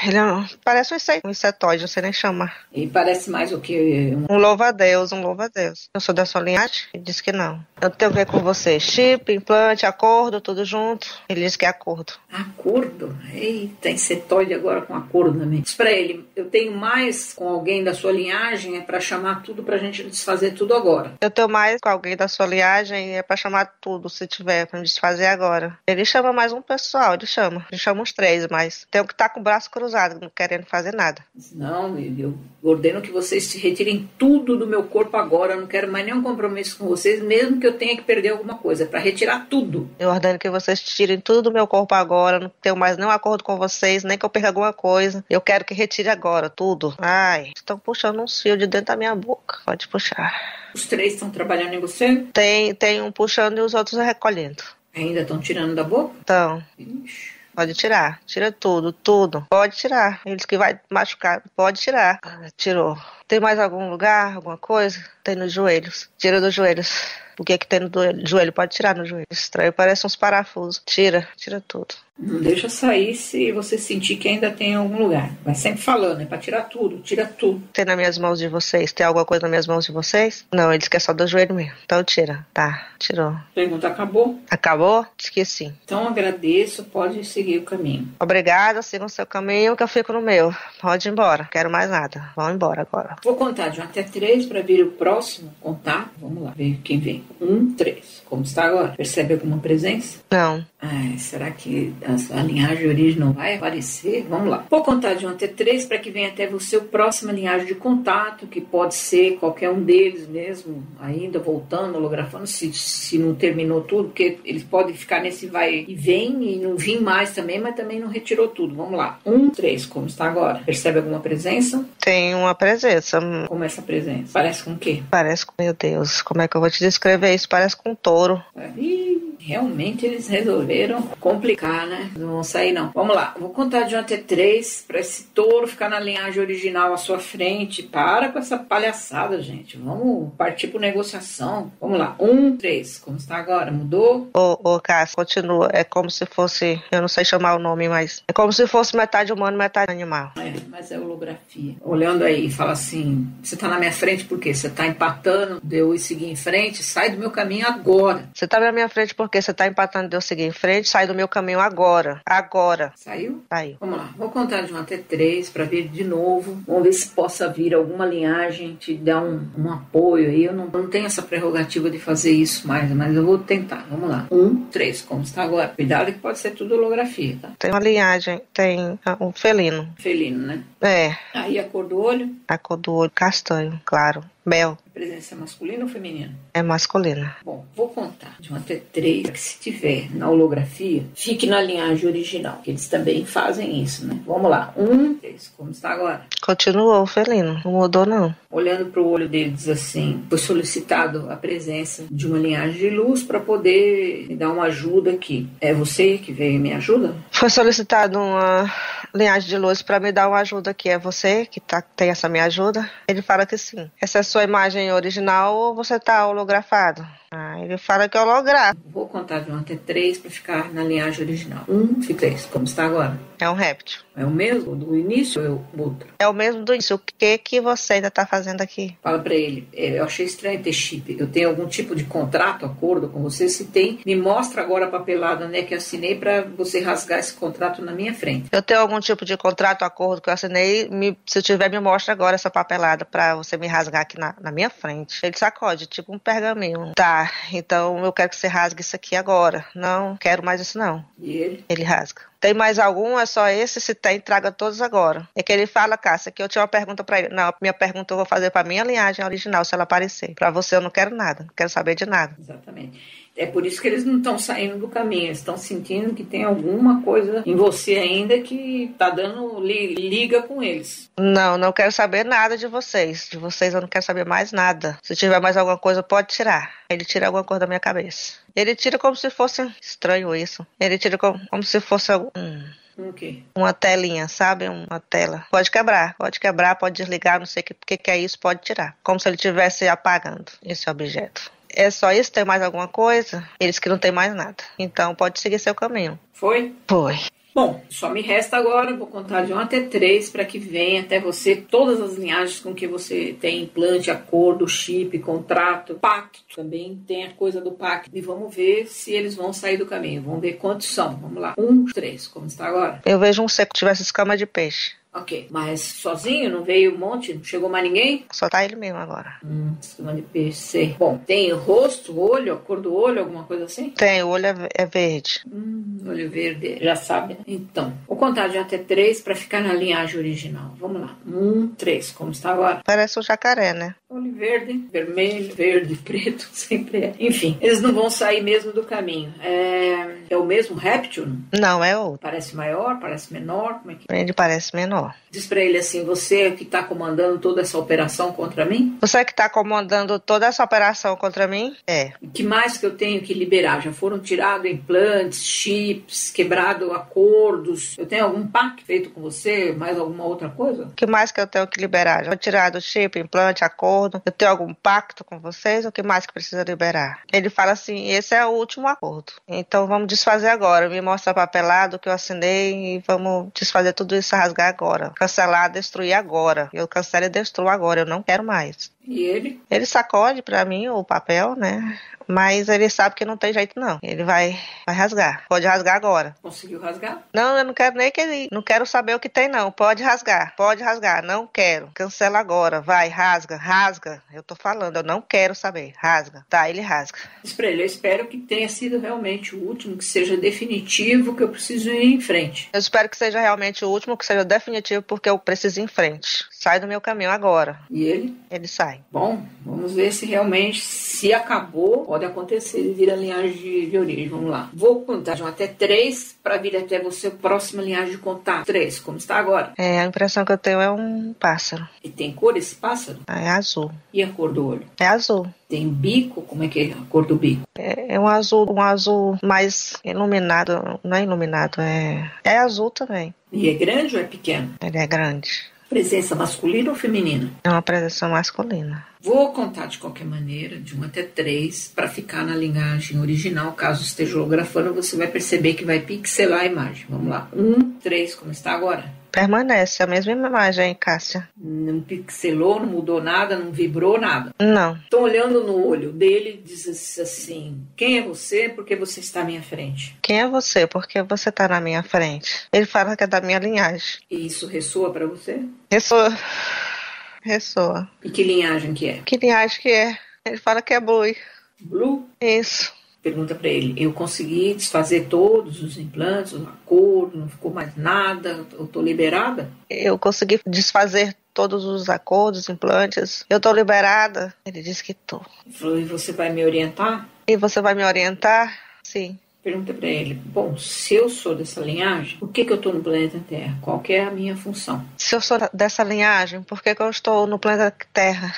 Speaker 2: Ele é um- parece um inse- um insetóide, não sei nem chamar.
Speaker 1: E parece mais o que um
Speaker 2: Um louva-a-Deus, um louva-a-Deus. Eu sou da sua linhagem? Ele disse que não. Eu tenho o que com você? Chip, implante, acordo, tudo junto? Ele disse que é acordo.
Speaker 1: acordo. Eita, insetóide agora com acordo também. Diz pra ele, eu tenho mais com alguém da sua linhagem, é pra chamar tudo pra gente desfazer tudo agora.
Speaker 2: Eu tenho mais com alguém da sua linhagem, é pra chamar tudo, se tiver, pra me desfazer agora. Ele chama mais um pessoal, ele chama. Ele chama uns três, mas tem um que tá com o braço cruzado, não querendo fazer nada.
Speaker 1: Diz, Não, eu ordeno que vocês se retirem tudo do meu corpo agora. Eu não quero mais nenhum compromisso com vocês, mesmo que eu tenha que perder alguma coisa. É pra retirar tudo.
Speaker 2: Eu ordeno que vocês tirem tudo do meu corpo agora, não tenho mais nenhum acordo com vocês, nem que eu perca alguma coisa. Eu quero que retire agora, tudo. Ai, estão puxando uns fios de dentro da minha boca. Pode puxar.
Speaker 1: Os três estão trabalhando em você?
Speaker 2: Tem, tem um puxando e os outros recolhendo.
Speaker 1: Ainda estão tirando da boca?
Speaker 2: Então,
Speaker 1: Ixi.
Speaker 2: Pode tirar, tira tudo, tudo. Pode tirar. Ele disse que vai machucar, pode tirar. Ah, Tirou. Tem mais algum lugar, alguma coisa? Tem nos joelhos. Tira dos joelhos. O que é que tem no doel- joelho? Pode tirar nos joelhos. Estranho, parece uns parafusos. Tira, tira tudo.
Speaker 1: Não deixa sair se você sentir que ainda tem algum lugar. Vai sempre falando, é pra tirar tudo, tira tudo.
Speaker 2: Tem nas minhas mãos de vocês? Tem alguma coisa nas minhas mãos de vocês? Não, ele disse que é só do joelho mesmo. Então tira. Tá, tirou.
Speaker 1: Pergunta acabou?
Speaker 2: Acabou? Diz que sim.
Speaker 1: Então agradeço, pode seguir o caminho.
Speaker 2: Obrigada, sigam o seu caminho que eu fico no meu. Pode ir embora, quero mais nada. Vão embora agora.
Speaker 1: Vou contar de 1 até 3 para vir o próximo contar. Vamos lá, ver quem vem. 1, 3. Como está agora? Percebe alguma presença?
Speaker 2: Não,
Speaker 1: Ai, será que a sua linhagem original vai aparecer? Vamos lá. Vou contar de 1 até 3 para que venha até você o próximo linhagem de contato, que pode ser qualquer um deles mesmo, ainda voltando, holografando, se, se não terminou tudo, porque eles podem ficar nesse vai e vem e não vim mais também, mas também não retirou tudo. Vamos lá. 1, 3, como está agora? Percebe alguma presença?
Speaker 2: tem uma presença.
Speaker 1: Como essa presença? Parece com o quê?
Speaker 2: Parece com, meu Deus, como é que eu vou te descrever isso? Parece com um touro.
Speaker 1: Ih, realmente eles resolveram complicar, né? Não vão sair, não. Vamos lá, vou contar de 1 até 3 para esse touro ficar na linhagem original à sua frente. Para com essa palhaçada, gente. Vamos partir por negociação. Vamos lá, 1, 3. Como está agora? Mudou?
Speaker 2: Ô, ô, Cássio, continua. É como se fosse. Eu não sei chamar o nome, mas. É como se fosse metade humano, metade animal.
Speaker 1: É, mas é holografia. Olhando aí, fala assim: você tá na minha frente por quê? Você tá empatando de eu ir seguir em frente? Sai do meu caminho agora.
Speaker 2: Você tá na minha frente porque você tá empatando de eu seguir em frente, sai do meu caminho agora. Agora.
Speaker 1: Saiu?
Speaker 2: Saiu.
Speaker 1: Vamos lá, vou contar de 1 até 3 para ver de novo. Vamos ver se possa vir alguma linhagem te dar um, um apoio aí. Eu não, não tenho essa prerrogativa de fazer isso mais, mas eu vou tentar. Vamos lá. 1, 3, como está agora? Cuidado que pode ser tudo holografia, tá?
Speaker 2: Tem uma linhagem, tem ah, um felino.
Speaker 1: Felino, né?
Speaker 2: É,
Speaker 1: Aí a cor do olho,
Speaker 2: a cor do olho castanho, claro. Mel
Speaker 1: presença masculina ou feminina?
Speaker 2: é masculina.
Speaker 1: Bom, vou contar de 1 até 3, pra que se tiver na holografia, fique na linhagem original, que eles também fazem isso, né? Vamos lá. 1, 3, como está agora?
Speaker 2: Continuou o felino, não mudou não.
Speaker 1: Olhando para o olho dele, diz assim: foi solicitado a presença de uma linhagem de luz para poder me dar uma ajuda aqui. É você que veio e me ajuda?
Speaker 2: Foi solicitado uma linhagem de luz para me dar uma ajuda aqui. É você que tá, tem essa minha ajuda? Ele fala que sim. Essa é a sua imagem original ou você tá holografado? Ah, ele fala que é holografo.
Speaker 1: Vou contar de um até três para ficar na linhagem original. Um e três, como está agora?
Speaker 2: É um réptil.
Speaker 1: É o mesmo do início ou é o outro?
Speaker 2: É o mesmo do início. O que que você ainda tá fazendo aqui?
Speaker 1: Fala para ele: é, eu achei estranho ter chip. Eu tenho algum tipo de contrato, acordo com você? Se tem, me mostra agora a papelada né, que eu assinei para você rasgar esse contrato na minha frente.
Speaker 2: Eu tenho algum tipo de contrato, acordo que eu assinei? Me- se tiver, me mostra agora essa papelada pra você me rasgar aqui na, na minha frente. Ele sacode, tipo um pergaminho. Tá, então eu quero que você rasgue isso aqui agora. Não quero mais isso não.
Speaker 1: E ele?
Speaker 2: Ele rasga. Tem mais algum? É só esse? Se tem, traga todos agora. É que ele fala, Cássia, que eu tinha uma pergunta pra ele. Não, minha pergunta eu vou fazer pra minha linhagem original, se ela aparecer. Pra você eu não quero nada, não quero saber de nada.
Speaker 1: Exatamente. É por isso que eles não estão saindo do caminho, eles estão sentindo que tem alguma coisa em você ainda que tá dando li- liga com eles.
Speaker 2: Não, não quero saber nada de vocês. De vocês eu não quero saber mais nada. Se tiver mais alguma coisa, pode tirar. Ele tira alguma coisa da minha cabeça. Ele tira como se fosse. um Estranho isso. Ele tira como, como se fosse algum. um,
Speaker 1: O quê?
Speaker 2: uma telinha, sabe? Uma tela. Pode quebrar, pode quebrar, pode desligar, não sei o que, porque que é isso, pode tirar. Como se ele estivesse apagando esse objeto. É só isso? Tem mais alguma coisa? Eles que não tem mais nada. Então pode seguir seu caminho.
Speaker 1: Foi?
Speaker 2: Foi.
Speaker 1: Bom, só me resta agora, vou contar de 1 até 3 para que venha até você todas as linhagens com que você tem implante, acordo, chip, contrato, pacto. Também tem a coisa do pacto. E vamos ver se eles vão sair do caminho. Vamos ver quantos são. Vamos lá. 1, 3, como está agora?
Speaker 2: Eu vejo um seco que tivesse escama de peixe.
Speaker 1: Ok, mas sozinho? Não veio um monte? Não chegou mais ninguém?
Speaker 2: Só tá ele mesmo agora.
Speaker 1: Hum, esquema de PC. Bom, tem rosto, olho, a cor do olho, alguma coisa assim?
Speaker 2: Tem, o olho é ve- é verde.
Speaker 1: Hum, olho verde, já sabe. né? Então, vou contar de até três para ficar na linhagem original. Vamos lá. Um, três, como está agora?
Speaker 2: Parece um jacaré, né?
Speaker 1: Olho verde, vermelho, verde, preto, sempre é. Enfim, eles não vão sair mesmo do caminho. É, é o mesmo réptil? não?
Speaker 2: Não, é outro.
Speaker 1: Parece maior, parece menor, como é que...
Speaker 2: Ele parece menor.
Speaker 1: Diz pra ele assim, você é que tá comandando toda essa operação contra mim?
Speaker 2: Você que tá comandando toda essa operação contra mim? É.
Speaker 1: O que mais que eu tenho que liberar? Já foram tirados implantes, chips, quebrado acordos. Eu tenho algum pacto feito com você? Mais alguma outra coisa?
Speaker 2: O que mais que eu tenho que liberar? Já tirar do chip, implante, acordo? Eu tenho algum pacto com vocês? O que mais que precisa liberar? Ele fala assim: esse é o último acordo. Então vamos desfazer agora. Me mostra papelado que eu assinei e vamos desfazer tudo isso, rasgar agora. Cancelar, destruir agora. Eu cancelo e destruo agora. Eu não quero mais.
Speaker 1: E ele?
Speaker 2: Ele sacode pra mim o papel, né? Mas ele sabe que não tem jeito, não. Ele vai, vai rasgar. Pode rasgar agora.
Speaker 1: Conseguiu rasgar?
Speaker 2: Não, eu não quero nem que ele. Não quero saber o que tem, não. Pode rasgar, pode rasgar. Não quero. Cancela agora. Vai, rasga, rasga. Eu tô falando, eu não quero saber. Rasga. Tá, ele rasga.
Speaker 1: Diz pra ele, eu espero que tenha sido realmente o último, que seja definitivo, que eu preciso ir em frente.
Speaker 2: Eu espero que seja realmente o último, que seja definitivo, porque eu preciso ir em frente. Sai do meu caminho agora.
Speaker 1: E ele?
Speaker 2: Ele sai.
Speaker 1: Bom, vamos ver se realmente se acabou. Pode acontecer e vir a linhagem de, de origem. Vamos lá. Vou contar de um até três para vir até você a próxima linhagem de contato. Três, como está agora?
Speaker 2: É, a impressão que eu tenho é um pássaro.
Speaker 1: E tem cor esse pássaro?
Speaker 2: É azul.
Speaker 1: E a cor do olho?
Speaker 2: É azul.
Speaker 1: Tem bico? Como é que é a cor do bico?
Speaker 2: É, é um azul, um azul mais iluminado. Não é iluminado, é. É azul também.
Speaker 1: E é grande ou é pequeno?
Speaker 2: Ele é grande.
Speaker 1: Presença masculina ou feminina?
Speaker 2: É uma presença masculina.
Speaker 1: Vou contar de qualquer maneira, de um até três, para ficar na linhagem original. Caso esteja holografando, você vai perceber que vai pixelar a imagem. Vamos lá. Um, três, como está agora?
Speaker 2: Permanece a mesma imagem, Cássia.
Speaker 1: Não pixelou, não mudou nada, não vibrou nada.
Speaker 2: Não.
Speaker 1: Então, olhando no olho dele, diz assim: Quem é você? Por que você está à minha frente?
Speaker 2: Quem é você? Porque você tá na minha frente. Ele fala que é da minha linhagem.
Speaker 1: E isso ressoa para você?
Speaker 2: Ressoa. Ressoa.
Speaker 1: E que linhagem que é?
Speaker 2: Que linhagem que é? Ele fala que é Blue.
Speaker 1: Blue?
Speaker 2: Isso.
Speaker 1: Pergunta para ele: Eu consegui desfazer todos os implantes, o acordo, não ficou mais nada, eu tô liberada?
Speaker 2: Eu consegui desfazer todos os acordos, implantes. Eu tô liberada. Ele disse que tô.
Speaker 1: Ele falou: E você vai me orientar?
Speaker 2: E você vai me orientar? Sim.
Speaker 1: Pergunta para ele: Bom, se eu sou dessa linhagem, por que, que eu estou no planeta Terra? Qual que é a minha função?
Speaker 2: Se eu sou da- dessa linhagem, por que, que eu estou no planeta Terra?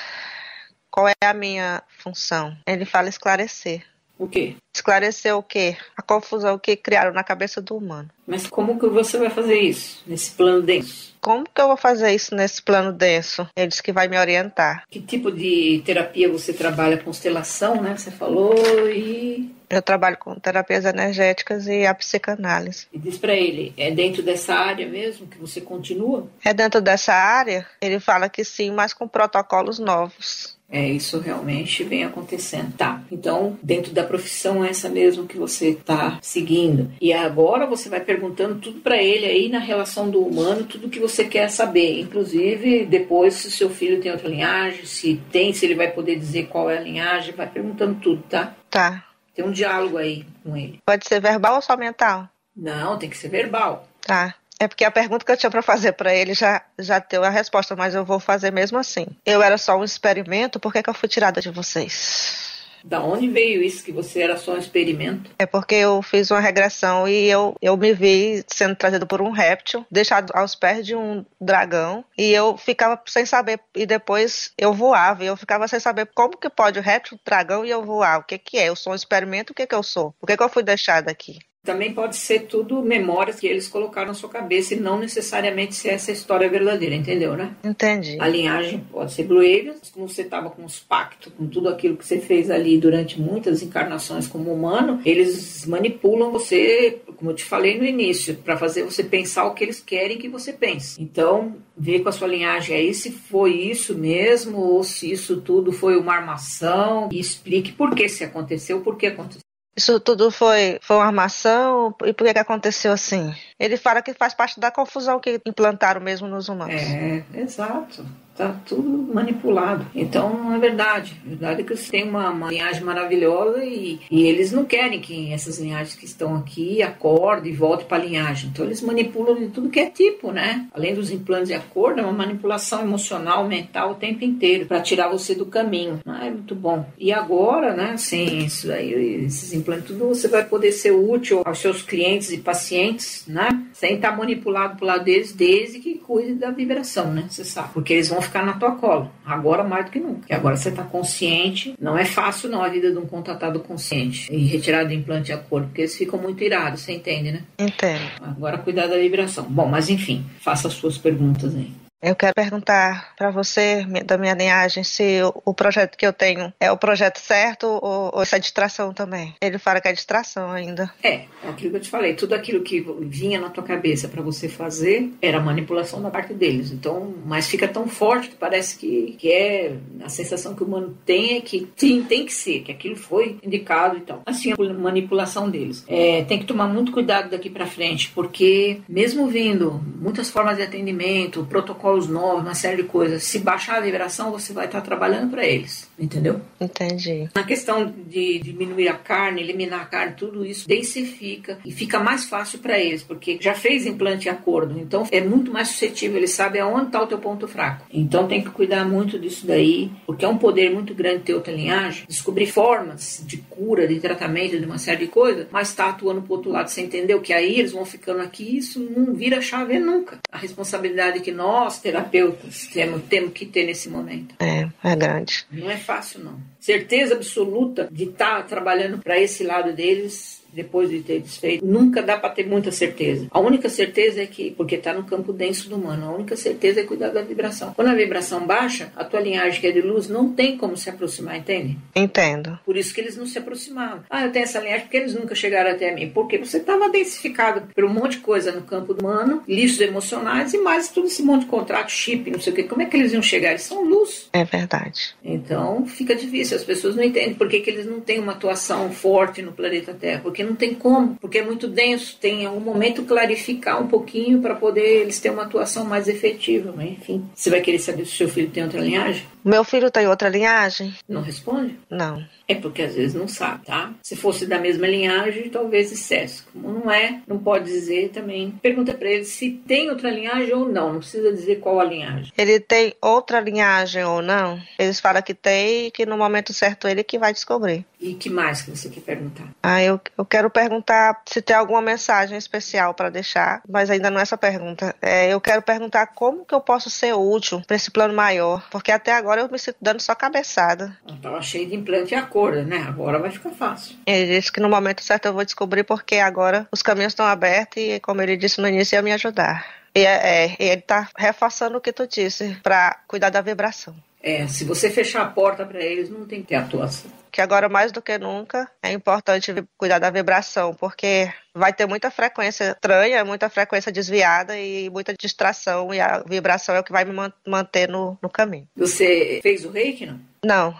Speaker 2: Qual é a minha função? Ele fala esclarecer.
Speaker 1: O quê?
Speaker 2: esclarecer o que? A confusão que criaram na cabeça do humano.
Speaker 1: Mas como que você vai fazer isso nesse plano denso?
Speaker 2: Como que eu vou fazer isso nesse plano denso? Ele disse que vai me orientar.
Speaker 1: Que tipo de terapia você trabalha? Constelação, né? Você falou e,
Speaker 2: Eu trabalho com terapias energéticas e a psicanálise.
Speaker 1: e diz para ele: É dentro dessa área mesmo que você continua?
Speaker 2: É dentro dessa área? Ele fala que sim, mas com protocolos novos.
Speaker 1: É, isso realmente vem acontecendo. Tá, então, dentro da profissão é essa mesmo que você tá seguindo. E agora você vai perguntando tudo para ele aí na relação do humano, tudo que você quer saber. Inclusive, depois, se o seu filho tem outra linhagem, se tem, se ele vai poder dizer qual é a linhagem, vai perguntando tudo, tá?
Speaker 2: Tá.
Speaker 1: Tem um diálogo aí com ele.
Speaker 2: Pode ser verbal ou só mental?
Speaker 1: Não, tem que ser verbal.
Speaker 2: Tá. É porque a pergunta que eu tinha pra fazer pra ele já, já deu a resposta, mas eu vou fazer mesmo assim. Eu era só um experimento, por que, que eu fui tirada de vocês?
Speaker 1: Da onde veio isso que você era só um experimento?
Speaker 2: É porque eu fiz uma regressão e eu, eu me vi sendo trazido por um réptil, deixado aos pés de um dragão, e eu ficava sem saber, e depois eu voava, e eu ficava sem saber como que pode o réptil, o dragão e eu voar, o que que é, eu sou um experimento, o que que eu sou, por que que eu fui deixada aqui?
Speaker 1: Também pode ser tudo memórias que eles colocaram na sua cabeça e não necessariamente ser essa história verdadeira, entendeu, né?
Speaker 2: Entendi.
Speaker 1: A linhagem pode ser Blue Aliens, como você estava com os pactos, com tudo aquilo que você fez ali durante muitas encarnações como humano, eles manipulam você, como eu te falei no início, para fazer você pensar o que eles querem que você pense. Então, vê com a sua linhagem aí se foi isso mesmo ou se isso tudo foi uma armação e explique por que se aconteceu, por que aconteceu.
Speaker 2: Isso tudo foi, foi uma armação? E por que, que aconteceu assim? Ele fala que faz parte da confusão que implantaram mesmo nos humanos.
Speaker 1: É, exato. Tá tudo manipulado. Então, não é verdade. A verdade é que você tem uma, uma linhagem maravilhosa e, e eles não querem que essas linhagens que estão aqui acordem e voltem para a linhagem. Então, eles manipulam de tudo que é tipo, né? Além dos implantes de acordo, é uma manipulação emocional, mental o tempo inteiro para tirar você do caminho. Ah, é muito bom. E agora, né? Sim, isso daí, esses implantes, tudo você vai poder ser útil aos seus clientes e pacientes, né? Sem estar manipulado pro lado deles, desde que cuide da vibração, né? Você sabe. Porque eles vão ficar na tua cola. Agora mais do que nunca. Porque agora você tá consciente. Não é fácil, não, a vida de um contatado consciente. E retirar do implante de acordo. Porque eles ficam muito irados, você entende, né?
Speaker 2: Entendo.
Speaker 1: Agora cuidar da vibração. Bom, mas enfim, faça as suas perguntas aí.
Speaker 2: Eu quero perguntar para você, minha- da minha linhagem, se o, o projeto que eu tenho é o projeto certo ou, ou se é distração também. Ele fala que é distração ainda.
Speaker 1: É, é aquilo que eu te falei, tudo aquilo que vinha na tua cabeça pra você fazer era manipulação da parte deles. Então, mas fica tão forte que parece que, que é a sensação que o humano tem é que sim, tem que ser, que aquilo foi indicado e tal. Assim, a manipulação deles. É, tem que tomar muito cuidado daqui pra frente, porque mesmo vindo muitas formas de atendimento, protocolos novos, uma série de coisas, se baixar a vibração, você vai estar trabalhando pra eles, entendeu?
Speaker 2: Entendi.
Speaker 1: Na questão de diminuir a carne, eliminar a carne, tudo isso densifica e fica mais fácil para eles, porque já fez implante e acordo, então é muito mais suscetível, ele sabe aonde está o teu ponto fraco. Então tem que cuidar muito disso daí, porque é um poder muito grande ter outra linhagem, descobrir formas de cura, de tratamento, de uma série de coisas, mas está atuando pro outro lado, você entendeu? Que aí eles vão ficando aqui e isso não vira chave nunca. A responsabilidade que nós, terapeutas, temos, temos que ter nesse momento.
Speaker 2: É, é grande.
Speaker 1: Não é fácil, não. Certeza absoluta de estar trabalhando para esse lado deles depois de ter desfeito, nunca dá para ter muita certeza. A única certeza é que, porque está no campo denso do humano, a única certeza é cuidar da vibração. Quando a vibração baixa, a tua linhagem que é de luz não tem como se aproximar, entende?
Speaker 2: Entendo.
Speaker 1: Por isso que eles não se aproximavam. Ah, eu tenho essa linhagem porque eles nunca chegaram até mim. Porque você estava densificado por um monte de coisa no campo humano, lixos emocionais e mais tudo esse monte de contrato, chip, não sei o quê. Como é que eles iam chegar? Eles são luz.
Speaker 2: É verdade.
Speaker 1: Então fica difícil, as pessoas não entendem por que, que eles não têm uma atuação forte no planeta Terra, porque não tem como, porque é muito denso, tem em algum momento clarificar um pouquinho para poder eles terem uma atuação mais efetiva, mas enfim. Você vai querer saber se o seu filho tem outra linhagem?
Speaker 2: Meu filho tem outra linhagem?
Speaker 1: Não responde?
Speaker 2: Não.
Speaker 1: É porque às vezes não sabe, tá? Se fosse da mesma linhagem, talvez dissesse. Como não é, não pode dizer também. Pergunta para ele se tem outra linhagem ou não, não precisa dizer qual a linhagem.
Speaker 2: Ele tem outra linhagem ou não? Eles falam que tem e que no momento certo ele que vai descobrir.
Speaker 1: E que mais que você quer perguntar?
Speaker 2: Ah, eu, eu quero perguntar se tem alguma mensagem especial para deixar, mas ainda não é essa pergunta. É, eu quero perguntar como que eu posso ser útil para esse plano maior, porque até agora eu me sinto dando só cabeçada.
Speaker 1: Ela tava cheia de Então, implante e acorda, né? Agora vai ficar fácil.
Speaker 2: Ele disse que no momento certo eu vou descobrir porque agora os caminhos estão abertos e, como ele disse no início, ia me ajudar. E, é, é, e ele tá reforçando o que tu disse, para cuidar da vibração.
Speaker 1: É, se você fechar a porta para eles, não tem que ter atuação.
Speaker 2: que agora mais do que nunca é importante vi- cuidar da vibração, porque vai ter muita frequência estranha, muita frequência desviada e muita distração, e a vibração é o que vai me man- manter no, no caminho.
Speaker 1: Você fez o reiki, não?
Speaker 2: Não,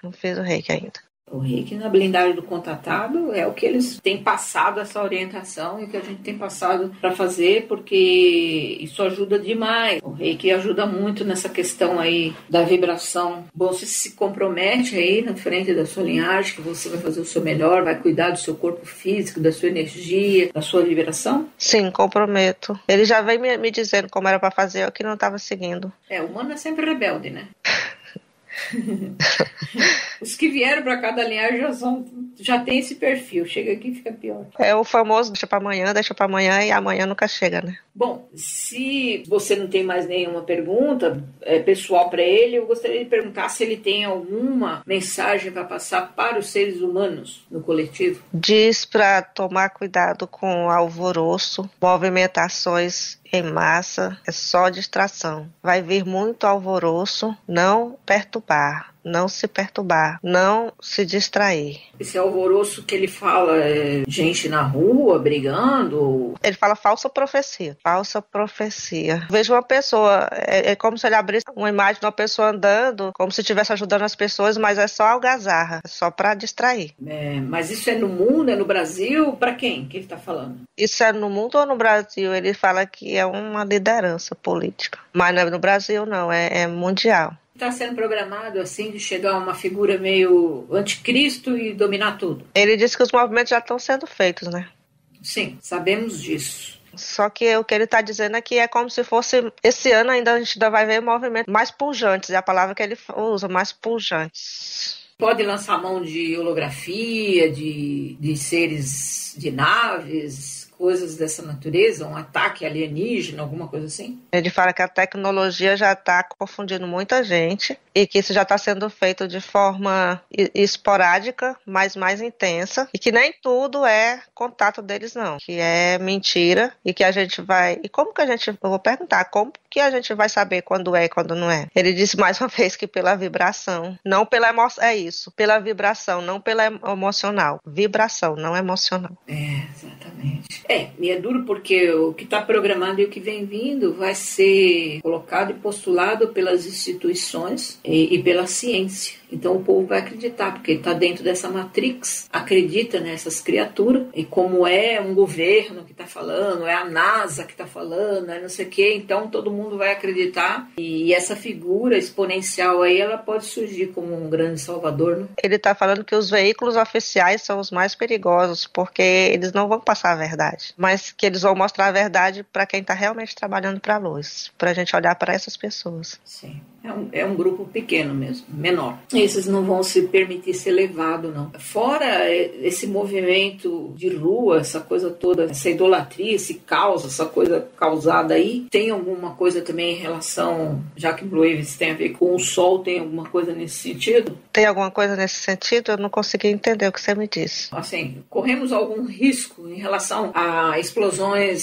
Speaker 2: não fiz o reiki ainda.
Speaker 1: O reiki na blindagem do contatado é o que eles têm passado essa orientação e que a gente tem passado para fazer, porque isso ajuda demais. O reiki ajuda muito nessa questão aí da vibração. Bom, você se compromete aí na frente da sua linhagem, que você vai fazer o seu melhor, vai cuidar do seu corpo físico, da sua energia, da sua vibração.
Speaker 2: Sim, comprometo. Ele já vem me, me dizendo como era pra fazer, eu que não tava seguindo.
Speaker 1: É, o humano é sempre rebelde, né? Os que vieram para cada linhagem já, são, já tem esse perfil. Chega aqui e fica pior.
Speaker 2: É o famoso deixa pra amanhã, deixa pra amanhã e amanhã nunca chega, né?
Speaker 1: Bom, se você não tem mais nenhuma pergunta é, pessoal para ele, eu gostaria de perguntar se ele tem alguma mensagem para passar para os seres humanos no coletivo.
Speaker 2: Diz pra tomar cuidado com o alvoroço, movimentações em massa, é só distração. Vai vir muito alvoroço, não perturbar não se perturbar, não se distrair.
Speaker 1: Esse alvoroço que ele fala é gente na rua brigando.
Speaker 2: Ele fala falsa profecia, falsa profecia. Vejo uma pessoa, é, é como se ele abrisse uma imagem de uma pessoa andando, como se estivesse ajudando as pessoas, mas é só algazarra, é só para distrair.
Speaker 1: É, mas isso é no mundo, é no Brasil? Para quem que ele está falando?
Speaker 2: Isso é no mundo ou no Brasil? Ele fala que é uma liderança política, mas não é no Brasil não, é, é mundial
Speaker 1: está Tá sendo programado assim de chegar uma figura meio anticristo e dominar tudo.
Speaker 2: Ele disse que os movimentos já estão sendo feitos, né?
Speaker 1: Sim, sabemos disso.
Speaker 2: Só que o que ele está dizendo aqui é como se fosse esse ano ainda a gente ainda vai ver movimentos mais pujantes, é a palavra que ele usa, mais pujantes
Speaker 1: pode lançar mão de holografia, de, de seres de naves, coisas dessa natureza, um ataque alienígena, alguma coisa assim?
Speaker 2: Ele fala que a tecnologia já está confundindo muita gente e que isso já está sendo feito de forma esporádica, mas mais intensa, e que nem tudo é contato deles, não, que é mentira e que a gente vai. E como que a gente. Eu vou perguntar, como que a gente vai saber quando é e quando não é? Ele disse mais uma vez que pela vibração, não pela emoção. É isso, pela vibração, não pela emocional. Vibração, não emocional.
Speaker 1: É, exatamente. É, e é duro porque o que está programado e o que vem vindo vai ser colocado e postulado pelas instituições e, e pela ciência. Então o povo vai acreditar, porque está dentro dessa matrix, acredita nessas criaturas, e como é um governo que está falando, é a NASA que está falando, é não sei o quê, então todo mundo vai acreditar. E essa figura exponencial aí, ela pode surgir como um grande salvador. Né?
Speaker 2: Ele está falando que os veículos oficiais são os mais perigosos, porque eles não vão passar a verdade, mas que eles vão mostrar a verdade para quem está realmente trabalhando para a luz, para a gente olhar para essas pessoas.
Speaker 1: Sim. É um, é um, grupo pequeno mesmo, menor. Esses não vão se permitir ser levado, não. Fora esse movimento de rua, essa coisa toda, essa idolatria, esse caos, essa coisa causada aí, tem alguma coisa também em relação, já que Blue Waves tem a ver com o sol, tem alguma coisa nesse sentido?
Speaker 2: Tem alguma coisa nesse sentido? Eu não consegui entender o que você me disse.
Speaker 1: Assim, corremos algum risco em relação a explosões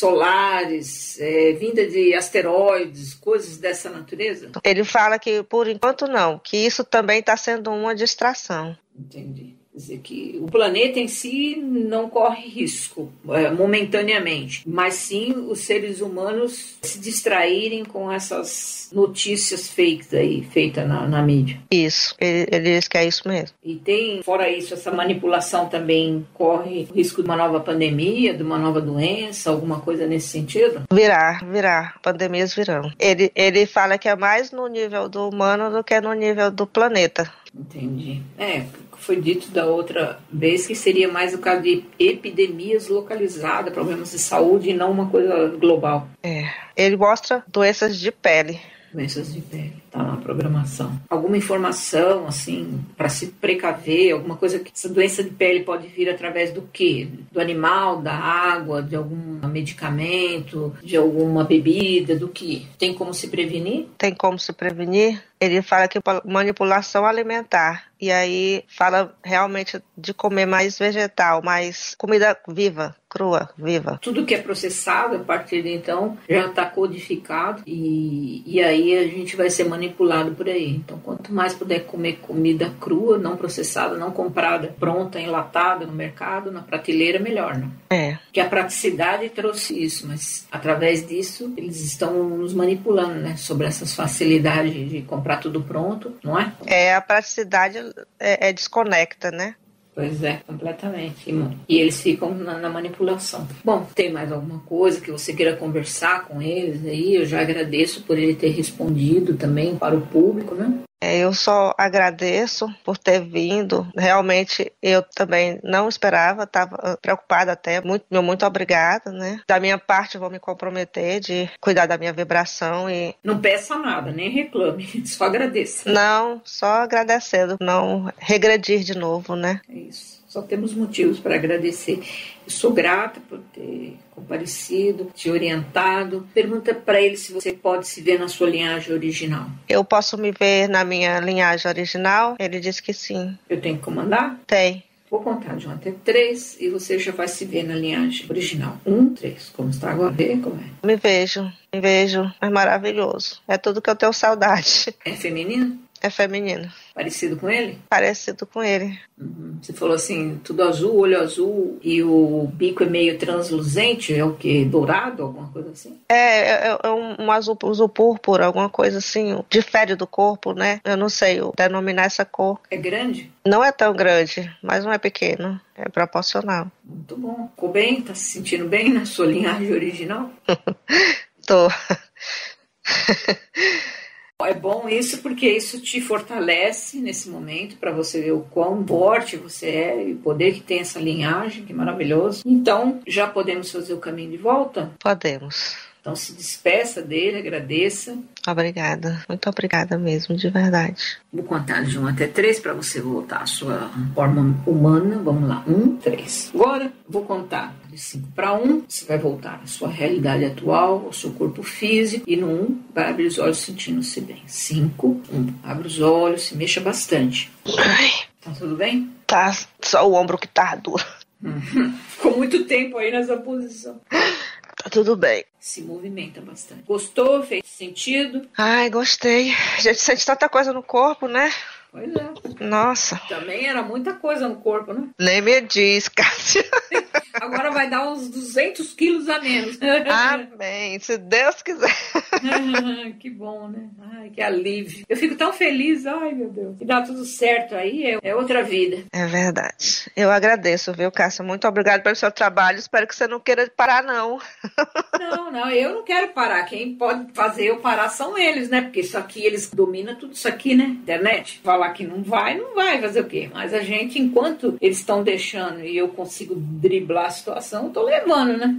Speaker 1: solares, é, vinda de asteroides, coisas dessa natureza?
Speaker 2: Ele fala que por enquanto não, que isso também está sendo uma distração.
Speaker 1: Entendi. Quer dizer que o planeta em si não corre risco é, momentaneamente, mas sim os seres humanos se distraírem com essas notícias feitas aí, feitas na, na, mídia.
Speaker 2: Isso, ele, ele diz que é isso mesmo.
Speaker 1: E tem, fora isso, essa manipulação também corre o risco de uma nova pandemia, de uma nova doença, alguma coisa nesse sentido?
Speaker 2: Virar, virar, pandemias virão. Ele, ele fala que é mais no nível do humano do que no nível do planeta.
Speaker 1: Entendi. É, foi dito da outra vez que seria mais o caso de epidemias localizadas, problemas de saúde e não uma coisa global.
Speaker 2: É. Ele mostra doenças de pele.
Speaker 1: Doenças de pele, tá na programação. Alguma informação, assim, para se precaver, alguma coisa que essa doença de pele pode vir através do quê? Do animal, da água, de algum medicamento, de alguma bebida, do que? Tem como se prevenir?
Speaker 2: Tem como se prevenir? ele fala que manipulação alimentar e aí fala realmente de comer mais vegetal, mais comida viva, crua, viva.
Speaker 1: Tudo que é processado a partir de então já está codificado e, e aí a gente vai ser manipulado por aí. Então quanto mais puder comer comida crua, não processada, não comprada, pronta, enlatada no mercado, na prateleira, melhor, né?
Speaker 2: É.
Speaker 1: Que a praticidade trouxe isso, mas através disso eles estão nos manipulando, né? Sobre essas facilidades de comprar tudo pronto, não é?
Speaker 2: É, a praticidade é, é desconecta, né?
Speaker 1: Pois é, completamente. E, eles ficam na, na, manipulação. Bom, tem mais alguma coisa que você queira conversar com eles aí? Eu já agradeço por ele ter respondido também para o público, né?
Speaker 2: É, Eu só agradeço por ter vindo. Realmente, eu também não esperava, estava preocupada até. Muito, meu muito obrigada, né? Da minha parte, eu vou me comprometer de cuidar da minha vibração e
Speaker 1: Não peça nada, nem reclame, só agradeça.
Speaker 2: não só agradecendo, não regredir de novo, né?
Speaker 1: É isso. Só temos motivos para agradecer. Eu sou grata por ter comparecido, te orientado. Pergunta para ele se você pode se ver na sua linhagem original.
Speaker 2: Eu posso me ver na minha linhagem original? Ele disse que sim.
Speaker 1: Eu tenho que comandar?
Speaker 2: Tem.
Speaker 1: Vou contar de um até três e você já vai se ver na linhagem original. Um, três. Como está agora? Vê como é.
Speaker 2: Me vejo, me vejo. É maravilhoso. É tudo que eu tenho saudade.
Speaker 1: É feminino?
Speaker 2: É feminino.
Speaker 1: Parecido com ele?
Speaker 2: Parecido com ele.
Speaker 1: Uhum. Você falou assim, tudo azul, olho azul e o bico é meio transluzente, é o que? Dourado, alguma coisa assim?
Speaker 2: É, é, é um, um azul, azul púrpura, alguma coisa assim, difere do corpo, né? Eu não sei o- denominar essa cor.
Speaker 1: É grande?
Speaker 2: Não é tão grande, mas não é pequeno. É proporcional.
Speaker 1: Muito bom. Ficou bem? Tá se sentindo bem na sua linhagem original?
Speaker 2: Tô.
Speaker 1: É bom isso porque isso te fortalece nesse momento para você ver o quão forte você é e o poder que tem essa linhagem, que é maravilhoso. Então, já podemos fazer o caminho de volta?
Speaker 2: Podemos.
Speaker 1: Então, se despeça dele, agradeça.
Speaker 2: Obrigada. Muito obrigada mesmo, de verdade.
Speaker 1: Vou contar de 1 até 3 para você voltar à sua forma humana. Vamos lá, 1, 3. Agora vou contar de 5 para 1. Você vai voltar à sua realidade atual, ao seu corpo físico. E no 1, vai abrir os olhos sentindo-se bem. 5, 1. Abre os olhos, se mexa bastante.
Speaker 2: Ai,
Speaker 1: Tá tudo bem?
Speaker 2: tá só o ombro que tá duro.
Speaker 1: Ficou muito tempo aí nessa posição.
Speaker 2: Tá tudo bem.
Speaker 1: Se movimenta bastante. Gostou? Fez sentido?
Speaker 2: Ai, gostei. A gente sente tanta coisa no corpo, né?
Speaker 1: Pois é.
Speaker 2: Nossa.
Speaker 1: Também era muita coisa no corpo, né?
Speaker 2: Nem me diz, Cássia.
Speaker 1: Agora vai dar uns 200 quilos a menos.
Speaker 2: Amém. Se Deus quiser.
Speaker 1: Ah, que bom, né? Ai, que alívio. Eu fico tão feliz, ai meu Deus. E dá tudo certo aí, é, é outra vida.
Speaker 2: É verdade. Eu agradeço, viu, Cássia? Muito obrigada pelo seu trabalho. Espero que você não queira parar, não.
Speaker 1: Não, não, eu não quero parar. Quem pode fazer eu parar são eles, né? Porque isso aqui, eles dominam tudo isso aqui, né? Internet. Falar que não vai, não vai fazer o quê? Mas a gente, enquanto eles estão deixando e eu consigo driblar a situação, eu tô levando, né?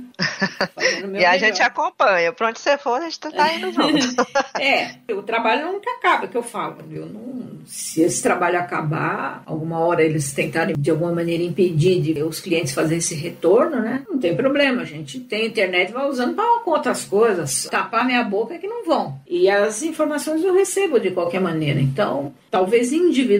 Speaker 1: Fazendo o meu
Speaker 2: e a
Speaker 1: melhor.
Speaker 2: gente acompanha. Pra onde você for, a gente tá indo junto.
Speaker 1: É, o trabalho nunca acaba, é o que eu falo. Eu não- se esse trabalho acabar, alguma hora eles tentarem de alguma maneira impedir de os clientes fazerem esse retorno, né? Não tem problema, a gente tem internet, vai usando para outras coisas. Tapar minha boca é que não vão. E as informações eu recebo de qualquer maneira. Então, talvez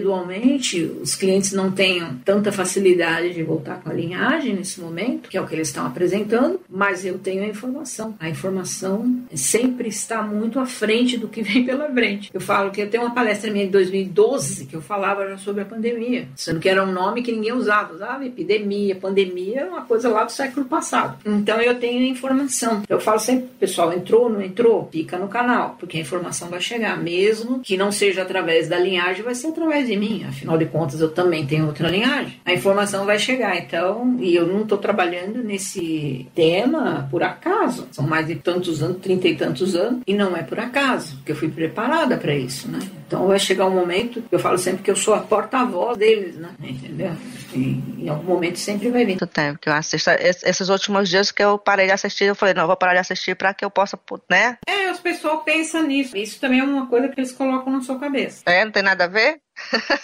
Speaker 1: individualmente os clientes não tenham tanta facilidade de voltar tá com a linhagem nesse momento, que é o que eles estão apresentando, mas eu tenho a informação. A informação sempre está muito à frente do que vem pela frente. Eu falo que eu tenho uma palestra minha de 2012 que eu falava já sobre a pandemia, sendo que era um nome que ninguém usava, usava epidemia, pandemia, era uma coisa lá do século passado. Então eu tenho a informação. Eu falo sempre, pessoal, entrou, não entrou? Fica no canal, porque a informação vai chegar, mesmo que não seja através da linhagem, vai ser através de mim. Afinal de contas, eu também tenho outra linhagem. A informação vai chegar, então, e eu não estou trabalhando nesse tema por acaso. São mais de tantos anos, trinta e tantos anos, e não é por acaso, porque eu fui preparada para isso, né? Então vai chegar um momento, eu falo sempre que eu sou a porta-voz deles, né? Entendeu? E, em algum momento sempre vai vir.
Speaker 2: Muito tempo que eu assisto. Es- Esses últimos dias que eu parei de assistir, eu falei, não, eu vou parar de assistir pra que eu possa, pu- né?
Speaker 1: É, os pessoal pensam nisso. Isso também é uma coisa que eles colocam na sua cabeça.
Speaker 2: É, não tem nada a ver?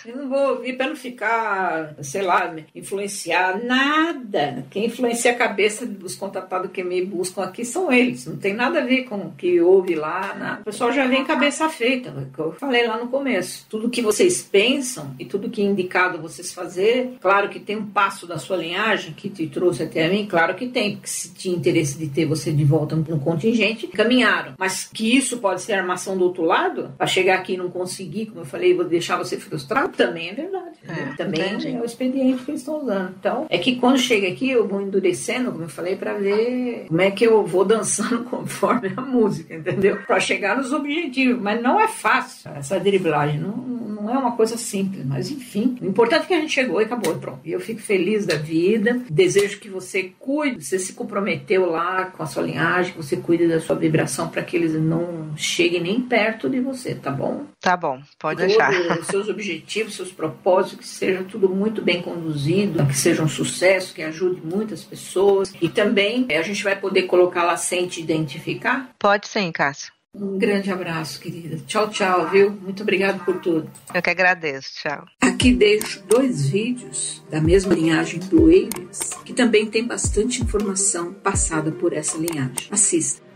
Speaker 1: Eu não vou ouvir para não ficar, sei lá, me influenciar nada. Quem influencia a cabeça dos contratados que me buscam aqui são eles. Não tem nada a ver com o que houve lá. nada. O pessoal já vem cabeça feita, é o que eu falei lá no começo. Tudo que vocês pensam e tudo que é indicado vocês fazer, claro que tem um passo da sua linhagem que te trouxe até mim, claro que tem, porque se tinha interesse de ter você de volta no contingente, caminharam. Mas que isso pode ser armação do outro lado, para chegar aqui e não conseguir, como eu falei, vou deixar você frustrado, também é verdade.
Speaker 2: É,
Speaker 1: também
Speaker 2: entendi.
Speaker 1: é o expediente que eles estão usando. Então, é que quando chega aqui, eu vou endurecendo, como eu falei, para ver como é que eu vou dançando conforme a música, entendeu? Para chegar nos objetivos. Mas não é fácil essa driblagem, não, não não é uma coisa simples, mas enfim. O importante é que a gente chegou e acabou, e pronto. E eu fico feliz da vida, desejo que você cuide, você se comprometeu lá com a sua linhagem, que você cuide da sua vibração para que eles não cheguem nem perto de você, tá bom?
Speaker 2: Tá bom, pode
Speaker 1: Todo-
Speaker 2: deixar.
Speaker 1: os seus objetivos, seus propósitos, que seja tudo muito bem conduzido, que seja um sucesso, que ajude muitas pessoas. E também eh, a gente vai poder colocar lá sem te identificar.
Speaker 2: Pode sim, Cássio.
Speaker 1: Um grande abraço, querida. Tchau, tchau, viu? Muito obrigado por tudo.
Speaker 2: Eu que agradeço. Tchau.
Speaker 1: Aqui deixo dois vídeos da mesma linhagem do Eiras, que também tem bastante informação passada por essa linhagem. Assista.